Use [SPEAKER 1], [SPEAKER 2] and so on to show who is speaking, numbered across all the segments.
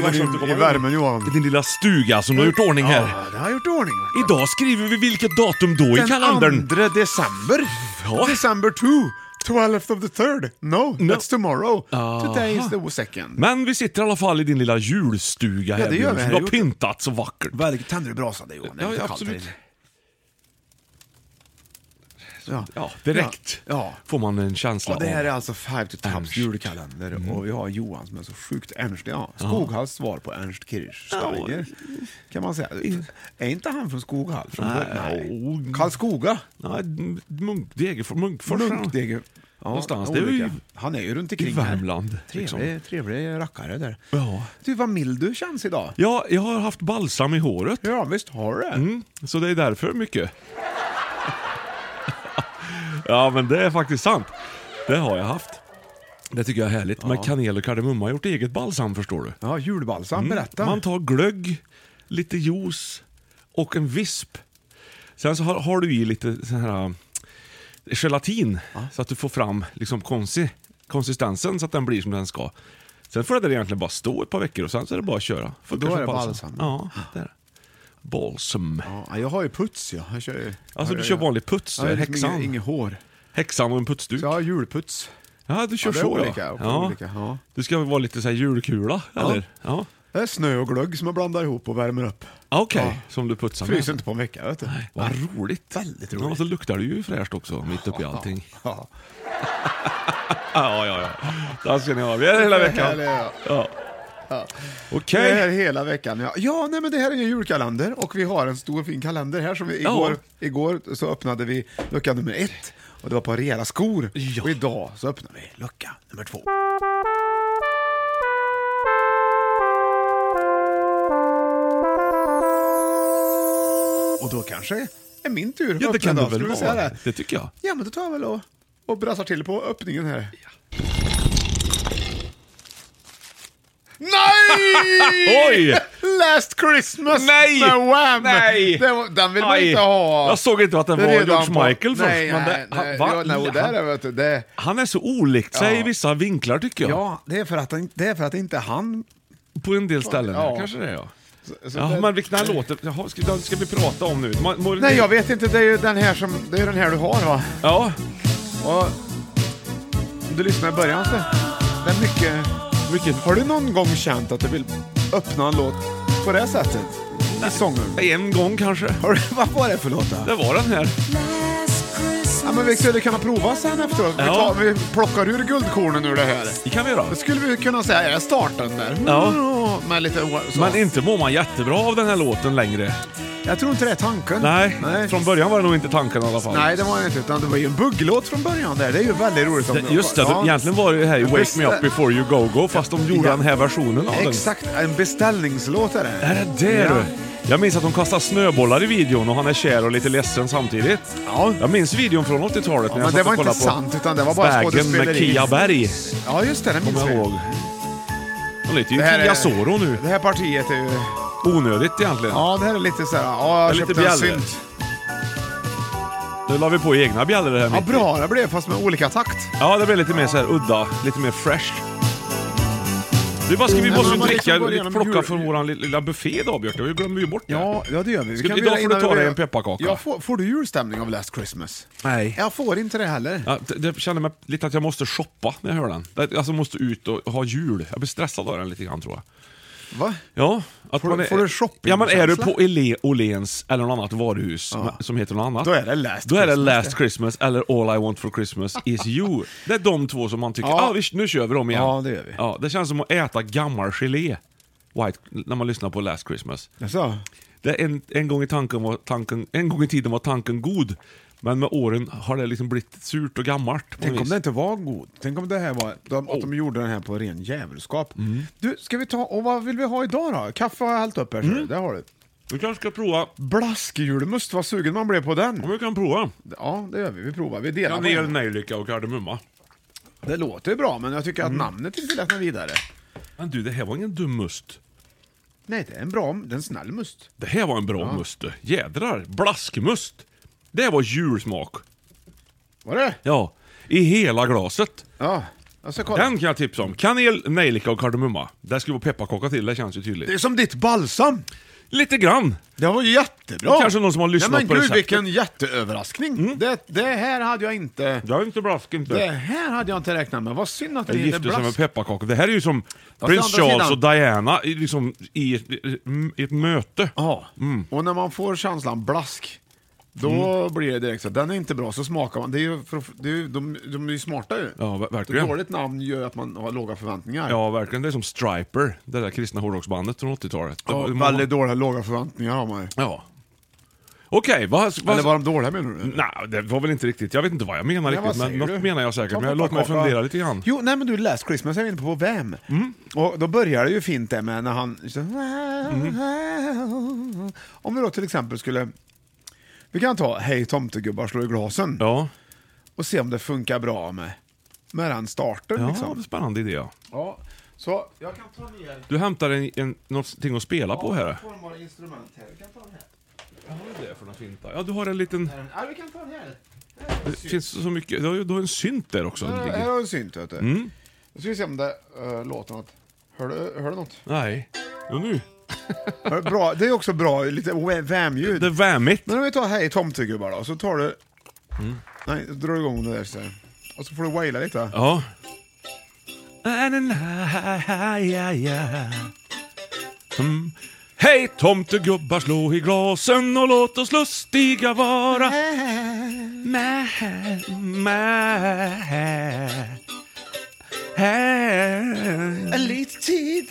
[SPEAKER 1] vad skönt
[SPEAKER 2] kommer
[SPEAKER 1] att komma
[SPEAKER 2] du in i
[SPEAKER 1] in.
[SPEAKER 2] värmen Johan.
[SPEAKER 1] Din lilla stuga som du har gjort ordning här.
[SPEAKER 2] Ja, det har jag gjort i ordning.
[SPEAKER 1] Idag skriver vi vilket datum då i kalendern?
[SPEAKER 2] Den 2 december.
[SPEAKER 1] Ja.
[SPEAKER 2] December 2. 12th of the third. No,
[SPEAKER 1] No.
[SPEAKER 2] that's tomorrow.
[SPEAKER 1] Aha.
[SPEAKER 2] Today is the second.
[SPEAKER 1] Men vi sitter i alla fall i din lilla julstuga
[SPEAKER 2] Ja,
[SPEAKER 1] här
[SPEAKER 2] det gör
[SPEAKER 1] Björn,
[SPEAKER 2] vi.
[SPEAKER 1] som
[SPEAKER 2] Här
[SPEAKER 1] du har
[SPEAKER 2] gjort-
[SPEAKER 1] pyntat så vackert.
[SPEAKER 2] Väldigt tänder du brasan där Johan. Det är
[SPEAKER 1] Ja,
[SPEAKER 2] lite
[SPEAKER 1] ja,
[SPEAKER 2] kallt
[SPEAKER 1] absolut.
[SPEAKER 2] här inne. Ja.
[SPEAKER 1] Ja, direkt
[SPEAKER 2] Ja.
[SPEAKER 1] får man en känsla
[SPEAKER 2] Och det här
[SPEAKER 1] av.
[SPEAKER 2] är alltså Five to Tops
[SPEAKER 1] Ernst. Mm.
[SPEAKER 2] julkalender och vi har Johan som är så sjukt Ernst. Ja. Skoghalls svar på Ernst Kirchsteiger kan man säga. Är inte han från Skoghall? Från
[SPEAKER 1] Nej.
[SPEAKER 2] Karlskoga?
[SPEAKER 1] Nej, munk, Degerfors, Munkfors.
[SPEAKER 2] Munkdege. Ja,
[SPEAKER 1] Någonstans. Det är ju
[SPEAKER 2] olika. Han är ju runt
[SPEAKER 1] i
[SPEAKER 2] omkring här.
[SPEAKER 1] Värmland. liksom.
[SPEAKER 2] Trevlig, trevlig rackare där.
[SPEAKER 1] Ja.
[SPEAKER 2] Du, vad mild du känns idag.
[SPEAKER 1] Ja, jag har haft balsam i håret.
[SPEAKER 2] Ja, visst har du.
[SPEAKER 1] Mm, så det är därför mycket. ja, men det är faktiskt sant. Det har jag haft. Det tycker jag är härligt. Men kanel och kardemumma har gjort eget balsam, förstår du.
[SPEAKER 2] Ja, julbalsam, berätta.
[SPEAKER 1] Mm. Man tar glögg, lite juice och en visp. Sen så har, har du i lite sån här äh, gelatin så att du får fram liksom konsi, konsistensen så att den blir som den ska. Sen får det där egentligen bara stå ett par veckor och sen så är det bara att köra. Funkar
[SPEAKER 2] Då är det
[SPEAKER 1] som
[SPEAKER 2] balsam.
[SPEAKER 1] Ja, det är det. Balsam.
[SPEAKER 2] ja, jag har ju puts, ja. Jag kör ju...
[SPEAKER 1] Alltså
[SPEAKER 2] Ja,
[SPEAKER 1] du
[SPEAKER 2] ja,
[SPEAKER 1] kör
[SPEAKER 2] ja.
[SPEAKER 1] vanlig puts,
[SPEAKER 2] Ja,
[SPEAKER 1] där,
[SPEAKER 2] jag har liksom
[SPEAKER 1] häxan.
[SPEAKER 2] Inget, inget hår.
[SPEAKER 1] Häxan och en putsduk.
[SPEAKER 2] Så jag har julputs.
[SPEAKER 1] Ja, du kör
[SPEAKER 2] Ja, det är
[SPEAKER 1] så
[SPEAKER 2] olika,
[SPEAKER 1] ja.
[SPEAKER 2] det är olika, ja.
[SPEAKER 1] Du ska vara lite så här julkula, eller? Ja.
[SPEAKER 2] Det är snö och glögg som jag blandar ihop och värmer upp.
[SPEAKER 1] Ja. Okej,
[SPEAKER 2] Ja.
[SPEAKER 1] som du putsar med.
[SPEAKER 2] Fryser inte på en vecka, vet du.
[SPEAKER 1] Nej, vad roligt.
[SPEAKER 2] Väldigt
[SPEAKER 1] Ja, och
[SPEAKER 2] roligt.
[SPEAKER 1] så luktar du ju fräscht också, mitt uppe i allting.
[SPEAKER 2] Ja.
[SPEAKER 1] Ja, ja, ja. Där ska ni ha. Vi är här hela veckan.
[SPEAKER 2] Eller, ja.
[SPEAKER 1] Ja.
[SPEAKER 2] Vi är här
[SPEAKER 1] Okej.
[SPEAKER 2] hela veckan. Ja, ja nej, men det här är ju julkalender och vi har en stor fin kalender här. Som vi,
[SPEAKER 1] Ja.
[SPEAKER 2] igår, igår så öppnade vi lucka nummer ett och det var på rejäla skor.
[SPEAKER 1] Ja.
[SPEAKER 2] Och idag så öppnar vi lucka nummer två. Och då kanske är min tur. att
[SPEAKER 1] Ja, det
[SPEAKER 2] öppna
[SPEAKER 1] kan
[SPEAKER 2] idag,
[SPEAKER 1] du väl
[SPEAKER 2] skulle vi säga
[SPEAKER 1] vara.
[SPEAKER 2] det.
[SPEAKER 1] Det tycker jag.
[SPEAKER 2] Ja, men då tar jag väl och, och brassar till på öppningen här. Nej!
[SPEAKER 1] Oj!
[SPEAKER 2] Last Christmas
[SPEAKER 1] Nej!
[SPEAKER 2] med Wham!
[SPEAKER 1] Nej!
[SPEAKER 2] Det var, den vill man
[SPEAKER 1] Aj.
[SPEAKER 2] inte ha.
[SPEAKER 1] Jag såg inte att den var
[SPEAKER 2] Redan
[SPEAKER 1] George
[SPEAKER 2] på-
[SPEAKER 1] Michael först,
[SPEAKER 2] Nej,
[SPEAKER 1] men
[SPEAKER 2] nej,
[SPEAKER 1] det-
[SPEAKER 2] nej.
[SPEAKER 1] va?
[SPEAKER 2] Ja, nej, och där är, vet du, det,
[SPEAKER 1] Han är så olikt sig i
[SPEAKER 2] Ja.
[SPEAKER 1] vissa vinklar tycker jag.
[SPEAKER 2] ja, det är för att, han- det är för att inte han...
[SPEAKER 1] På en del ställen.
[SPEAKER 2] Ja.
[SPEAKER 1] Kanske det är ja.
[SPEAKER 2] så- så
[SPEAKER 1] Ja,
[SPEAKER 2] det-
[SPEAKER 1] men vilken här låter... Jaha, ska, den ska vi prata om nu? Man, må-
[SPEAKER 2] Nej, jag vet inte. Det är ju den här, som, det är den här du har, va?
[SPEAKER 1] Ja,
[SPEAKER 2] Och, om du lyssnar i början så... Det är mycket...
[SPEAKER 1] mycket...
[SPEAKER 2] Har du någon gång känt att du vill öppna en låt på det här sättet? I sången?
[SPEAKER 1] En gång kanske.
[SPEAKER 2] Har du, vad var det för låt då?
[SPEAKER 1] Det var den här.
[SPEAKER 2] Ja, men vi skulle kunna prova sen efteråt. Vi,
[SPEAKER 1] Ja.
[SPEAKER 2] tar, vi plockar ur guldkornen ur det här.
[SPEAKER 1] Det kan vi göra.
[SPEAKER 2] Då skulle vi kunna säga, är det starten där? Mm,
[SPEAKER 1] Ja.
[SPEAKER 2] Med lite så.
[SPEAKER 1] Men inte mår man jättebra av den här låten längre.
[SPEAKER 2] Jag tror inte det är tanken.
[SPEAKER 1] Nej,
[SPEAKER 2] Nej.
[SPEAKER 1] från början var det nog inte tanken i alla fall.
[SPEAKER 2] Nej, det var det inte. Utan det var ju en bugglåt från början där. Det är ju väldigt roligt. Om
[SPEAKER 1] Det- Just det,
[SPEAKER 2] Ja.
[SPEAKER 1] egentligen var det ju här i Wake
[SPEAKER 2] Visst,
[SPEAKER 1] Me Up
[SPEAKER 2] det-
[SPEAKER 1] Before You Go Go fast de gjorde
[SPEAKER 2] Ja.
[SPEAKER 1] den här versionen av den.
[SPEAKER 2] Exakt, en beställningslåt är det.
[SPEAKER 1] Är det det, du? Jag minns att hon kastar snöbollar i videon och han är kär och lite ledsen samtidigt.
[SPEAKER 2] Ja.
[SPEAKER 1] Jag minns videon från 80-talet när
[SPEAKER 2] men
[SPEAKER 1] jag
[SPEAKER 2] det
[SPEAKER 1] satt
[SPEAKER 2] var
[SPEAKER 1] och
[SPEAKER 2] inte
[SPEAKER 1] kollade
[SPEAKER 2] sant,
[SPEAKER 1] på
[SPEAKER 2] utan det var bara
[SPEAKER 1] Vägen med
[SPEAKER 2] skådespeleri.
[SPEAKER 1] Kia Berg.
[SPEAKER 2] Ja, just det. Den minns
[SPEAKER 1] Kommer
[SPEAKER 2] vi.
[SPEAKER 1] jag ihåg. Hon heter ju
[SPEAKER 2] Det här är-
[SPEAKER 1] Kia Soro nu.
[SPEAKER 2] Det här partiet är ju...
[SPEAKER 1] Onödigt egentligen.
[SPEAKER 2] Ja, det här är lite så här... Ja, jag
[SPEAKER 1] Det är lite
[SPEAKER 2] köpte en
[SPEAKER 1] bjällre.
[SPEAKER 2] synt.
[SPEAKER 1] Nu la vi på egna bjällror här
[SPEAKER 2] Ja,
[SPEAKER 1] mitt i.
[SPEAKER 2] bra det blev, fast med olika takt.
[SPEAKER 1] Ja, det blir lite mer så här udda, lite mer fresh. Du, vad ska vi
[SPEAKER 2] Men
[SPEAKER 1] måste
[SPEAKER 2] man
[SPEAKER 1] ju
[SPEAKER 2] har
[SPEAKER 1] dricka,
[SPEAKER 2] liksom börjat
[SPEAKER 1] liksom
[SPEAKER 2] med
[SPEAKER 1] plocka
[SPEAKER 2] jul-
[SPEAKER 1] från våran lilla buffé idag Björte, vi glömmer ju bort det.
[SPEAKER 2] Ja, ja det gör vi. vi
[SPEAKER 1] Ska-
[SPEAKER 2] kan
[SPEAKER 1] idag
[SPEAKER 2] göra
[SPEAKER 1] får du
[SPEAKER 2] innan
[SPEAKER 1] ta
[SPEAKER 2] vi
[SPEAKER 1] dig
[SPEAKER 2] börjar-
[SPEAKER 1] en pepparkaka.
[SPEAKER 2] Ja, får, får du julstämning av Last Christmas?
[SPEAKER 1] Nej.
[SPEAKER 2] Jag får inte det heller.
[SPEAKER 1] Ja, det, det känner mig lite att jag måste shoppa när jag hör den. Det- Alltså måste ut och ha jul. Jag blir stressad av den lite grann tror jag.
[SPEAKER 2] Va?
[SPEAKER 1] Ja, att
[SPEAKER 2] Får du- får du shopping-
[SPEAKER 1] Ja, men är du
[SPEAKER 2] känsla?
[SPEAKER 1] på Ele- Åhléns eller något annat varuhus med- som heter något annat.
[SPEAKER 2] Då är det Last
[SPEAKER 1] Då är det
[SPEAKER 2] Christmas,
[SPEAKER 1] Last Christmas eller All I Want For Christmas Is You. Det är de två som man tycker,
[SPEAKER 2] Ja.
[SPEAKER 1] ah, visst, nu kör vi dem igen.
[SPEAKER 2] Ja, det gör vi.
[SPEAKER 1] Ja, det känns som att äta gammal gelé. White, när man lyssnar på Last Christmas.
[SPEAKER 2] Jaså?
[SPEAKER 1] Det är en, en, gång i tanken var tanken, en gång i tiden var tanken god, men med åren har det liksom blivit surt och gammalt. på
[SPEAKER 2] Tänk
[SPEAKER 1] något
[SPEAKER 2] om
[SPEAKER 1] vis.
[SPEAKER 2] det inte var god. Tänk om det här var, de, att de gjorde den här på ren djävulskap. Du, ska vi ta, och vad vill vi ha idag då? Kaffe har jag hällt upp här, mm. det har du.
[SPEAKER 1] Vi kanske ska prova.
[SPEAKER 2] Blaskjulmust, vad sugen man blev på den.
[SPEAKER 1] Ja, vi kan prova.
[SPEAKER 2] Ja, det gör vi. Vi provar. Vi delar på
[SPEAKER 1] Kanel,
[SPEAKER 2] den.
[SPEAKER 1] nejlika och kardemumma.
[SPEAKER 2] Det låter ju bra, men jag tycker att
[SPEAKER 1] Mm.
[SPEAKER 2] namnet inte lät något vidare.
[SPEAKER 1] Men du, det här var ingen dum must.
[SPEAKER 2] Nej, det är en bra, det är en snäll must.
[SPEAKER 1] Det här var en bra must du. Jädrar, blaskmust. Det var julsmak.
[SPEAKER 2] Var det?
[SPEAKER 1] Ja, i hela glaset.
[SPEAKER 2] Ja, jag ska kolla.
[SPEAKER 1] Den kan jag tipsa om. Kanel, nejlika och kardemumma. Där ska vara pepparkaka till, det känns ju
[SPEAKER 2] Det är
[SPEAKER 1] tydligt.
[SPEAKER 2] som ditt balsam!
[SPEAKER 1] Lite grann.
[SPEAKER 2] Det var ju jättebra!
[SPEAKER 1] Det Mm. kanske någon som har lyssnat
[SPEAKER 2] Nej, men
[SPEAKER 1] på
[SPEAKER 2] gud,
[SPEAKER 1] receptet.
[SPEAKER 2] vilken jätteöverraskning! Det, det här hade jag inte...
[SPEAKER 1] Det är inte blask inte.
[SPEAKER 2] Det här hade jag inte räknat med. Vad synd att det
[SPEAKER 1] Jag
[SPEAKER 2] inte är
[SPEAKER 1] gifte sig med
[SPEAKER 2] blask.
[SPEAKER 1] pepparkakor. Det här är ju som
[SPEAKER 2] å
[SPEAKER 1] prins
[SPEAKER 2] andra
[SPEAKER 1] Charles
[SPEAKER 2] sidan-
[SPEAKER 1] och Diana i, liksom, i, ett, i ett möte.
[SPEAKER 2] Ja,
[SPEAKER 1] Mm.
[SPEAKER 2] och när man får känslan blask, då blir det direkt så att den är inte bra, så smakar man. Det är ju, för, det är ju, de, de är ju smarta ju.
[SPEAKER 1] Ja, ver-
[SPEAKER 2] Ett
[SPEAKER 1] verkligen.
[SPEAKER 2] dåligt namn gör att man har låga förväntningar.
[SPEAKER 1] Ja, verkligen. Det är som Striper, det där kristna hårdrocksbandet från 80-talet. Det
[SPEAKER 2] Ja,
[SPEAKER 1] var-
[SPEAKER 2] väldigt dåliga låga förväntningar har man ju.
[SPEAKER 1] Ja. Okej, vad... vad
[SPEAKER 2] Eller var de dåliga menar du?
[SPEAKER 1] Nej, det var väl inte riktigt. Jag vet inte vad jag menar
[SPEAKER 2] Nej, vad
[SPEAKER 1] riktigt, men
[SPEAKER 2] säger
[SPEAKER 1] något
[SPEAKER 2] du?
[SPEAKER 1] menar jag säkert.
[SPEAKER 2] Ta
[SPEAKER 1] Men jag- låt mig
[SPEAKER 2] pepparkaka.
[SPEAKER 1] fundera lite grann. Mm.
[SPEAKER 2] Jo, nej men du, Last Christmas är vi inne på, på vem? Och då börjar det ju fint där med när han... Så,
[SPEAKER 1] Mm.
[SPEAKER 2] Om vi då till exempel skulle... Vi kan ta Hej tomtegubbar slår i glasen
[SPEAKER 1] Ja,
[SPEAKER 2] och se om det funkar bra med, med den starten
[SPEAKER 1] ja
[SPEAKER 2] liksom.
[SPEAKER 1] spännande idé. ja.
[SPEAKER 2] Ja, så jag kan ta ner
[SPEAKER 1] Du hämtar en, en, någonting att spela på här.
[SPEAKER 2] form av instrument här. Vi kan ta den här.
[SPEAKER 1] Vad har du det för något fint då? Ja, du har en liten...
[SPEAKER 2] Här är en- Ja, vi kan ta den här.
[SPEAKER 1] Det finns så mycket. Du har, ju- du har en synt där också.
[SPEAKER 2] Här, här har du en synt, vet du. Mm. Nu ska vi se om det eh, låter något. Hör du, hör du något?
[SPEAKER 1] Nej. Jo, nu.
[SPEAKER 2] Hör du bra, det är också bra, lite
[SPEAKER 1] Det är
[SPEAKER 2] vämljud.
[SPEAKER 1] vämigt.
[SPEAKER 2] Men om vi tar Hej tomtegubbar då, så tar du...
[SPEAKER 1] Mm.
[SPEAKER 2] Nej, så drar du igång det där så här. Och så får du waila lite.
[SPEAKER 1] Ja. Mm. Hej tomtegubbar, slå i glasen och låt oss lustiga vara. Mä, mä. Här.
[SPEAKER 2] En liten tid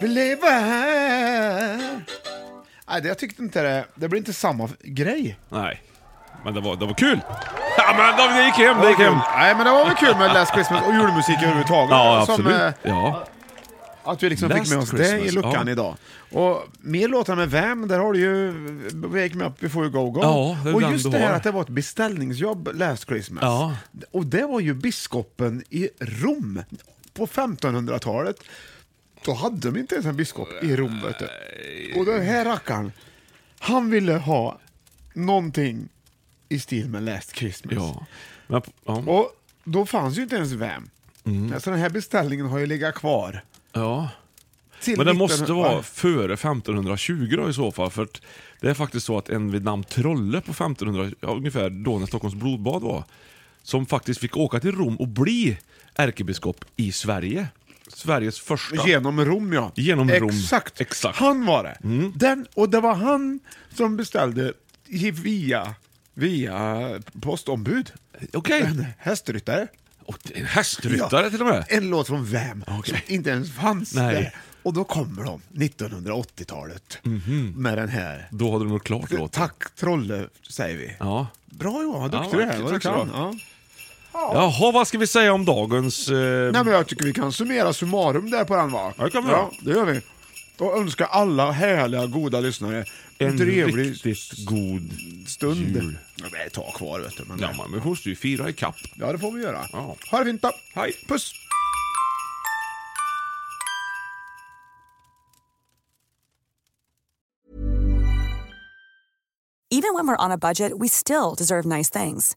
[SPEAKER 2] vi lever här. Nej, det, jag tyckte inte det... Det blir inte samma grej.
[SPEAKER 1] Nej, men det var, det var kul. Ja, men de- det gick hem, det gick hem.
[SPEAKER 2] Nej men det var väl kul med Last Christmas och julmusik överhuvudtaget.
[SPEAKER 1] Ja,
[SPEAKER 2] Som, eh,
[SPEAKER 1] absolut. Ja.
[SPEAKER 2] Att vi liksom
[SPEAKER 1] Last
[SPEAKER 2] fick med oss det i
[SPEAKER 1] Christmas,
[SPEAKER 2] luckan
[SPEAKER 1] ja.
[SPEAKER 2] idag. Och mer låtar med Vem, där har du ju Wake Me Up Before You Go Go.
[SPEAKER 1] Ja, det är
[SPEAKER 2] och
[SPEAKER 1] den
[SPEAKER 2] just
[SPEAKER 1] du
[SPEAKER 2] det här
[SPEAKER 1] har.
[SPEAKER 2] att det var ett beställningsjobb Last Christmas.
[SPEAKER 1] Ja.
[SPEAKER 2] Och det var ju biskopen i Rom på 1500-talet. Då hade de inte ens en biskop i Rom vet du. Och den här rackaren, han ville ha någonting i stil med Last Christmas.
[SPEAKER 1] ja. Men, ja.
[SPEAKER 2] Och då fanns ju inte ens VAM.
[SPEAKER 1] Mm.
[SPEAKER 2] Så den här beställningen har ju legat kvar.
[SPEAKER 1] ja.
[SPEAKER 2] Till
[SPEAKER 1] Men det
[SPEAKER 2] 1900
[SPEAKER 1] måste vara före 1520 då i så fall. För att det är faktiskt så att en vid namn Trolle på 1500, ja, ungefär då när Stockholms blodbad var, som faktiskt fick åka till Rom och bli ärkebiskop i Sverige. Sveriges första.
[SPEAKER 2] Genom Rom ja.
[SPEAKER 1] Genom Rom.
[SPEAKER 2] Exakt.
[SPEAKER 1] Exakt. Mm.
[SPEAKER 2] Han var det. Den, och det var han som beställde i- via, via postombud.
[SPEAKER 1] Okej.
[SPEAKER 2] En hästryttare.
[SPEAKER 1] Och en hästryttare till och med.
[SPEAKER 2] En låt från VAM
[SPEAKER 1] Okej.
[SPEAKER 2] som inte ens fanns
[SPEAKER 1] Nej.
[SPEAKER 2] där. Och då kommer de, 1980-talet, med den här.
[SPEAKER 1] Då hade de gjort klart Mhm. låten.
[SPEAKER 2] Eh, Tack Trolle, säger vi.
[SPEAKER 1] Ja.
[SPEAKER 2] Bra Johan,
[SPEAKER 1] Ja,
[SPEAKER 2] duktig du är.
[SPEAKER 1] verkligen.
[SPEAKER 2] Vad du
[SPEAKER 1] Tack så
[SPEAKER 2] kan.
[SPEAKER 1] bra.
[SPEAKER 2] Ja.
[SPEAKER 1] Jaha, vad ska vi säga om dagens... Eh,
[SPEAKER 2] Nej men jag tycker vi kan summera summarum där på den va?
[SPEAKER 1] Ja, det kan vi
[SPEAKER 2] ja,
[SPEAKER 1] göra.
[SPEAKER 2] det gör vi. Och önskar alla härliga, goda lyssnare en,
[SPEAKER 1] En
[SPEAKER 2] trevlig
[SPEAKER 1] riktigt god
[SPEAKER 2] stund.
[SPEAKER 1] jul.
[SPEAKER 2] Ja, det är ett tag kvar, vet du. Men
[SPEAKER 1] Ja, man, men hon måste ju fira i kapp.
[SPEAKER 2] ja, det får vi göra.
[SPEAKER 1] Ja.
[SPEAKER 2] Ha det fint då.
[SPEAKER 1] Hej.
[SPEAKER 2] Puss!
[SPEAKER 3] Even when we're on a budget, we still deserve nice things.